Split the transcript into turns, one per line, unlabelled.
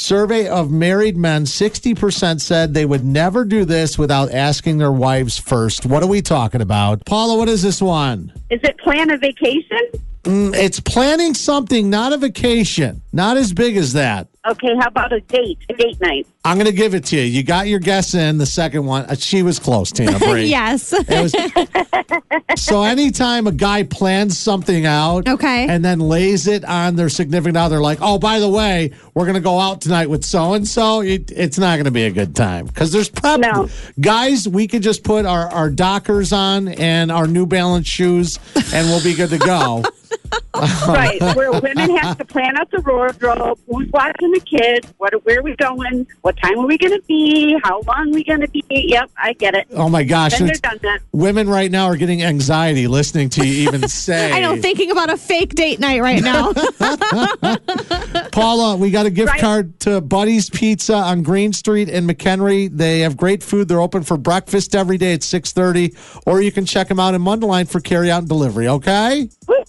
survey of married men, 60% said they would never do this without asking their wives first. What are we talking about? Paula, what is this one?
Is it plan a vacation?
Mm, It's planning something, not a vacation. Not as big as that.
Okay, how about a date? A date night.
I'm going to give it to you. You got your guess in. The second one, uh, she was close, Tina. Bree.
Yes.
It was- so anytime a guy plans something out
Okay.
and then lays it on their significant other, like, oh, by the way, we're going to go out tonight with so and so, it's not going to be a good time. Because there's probably
No.
guys, we could just put our, our Dockers on and our New Balance shoes and we'll be good to go.
right, where women have to plan out the wardrobe, who's watching the kids, what, where are we going, what time are we going to be, how long are we going to be. Yep, I get it.
oh my gosh.
Been there,
it's-
done that.
Women right now are getting anxiety listening to you even say.
I know, thinking about a fake date night right now.
Paula, we got a gift
Right.
card to Buddy's Pizza on Green Street in McHenry. They have great food. They're open for breakfast every day at 6.30, or you can check them out in Mundelein for carryout and delivery, okay?
Woo,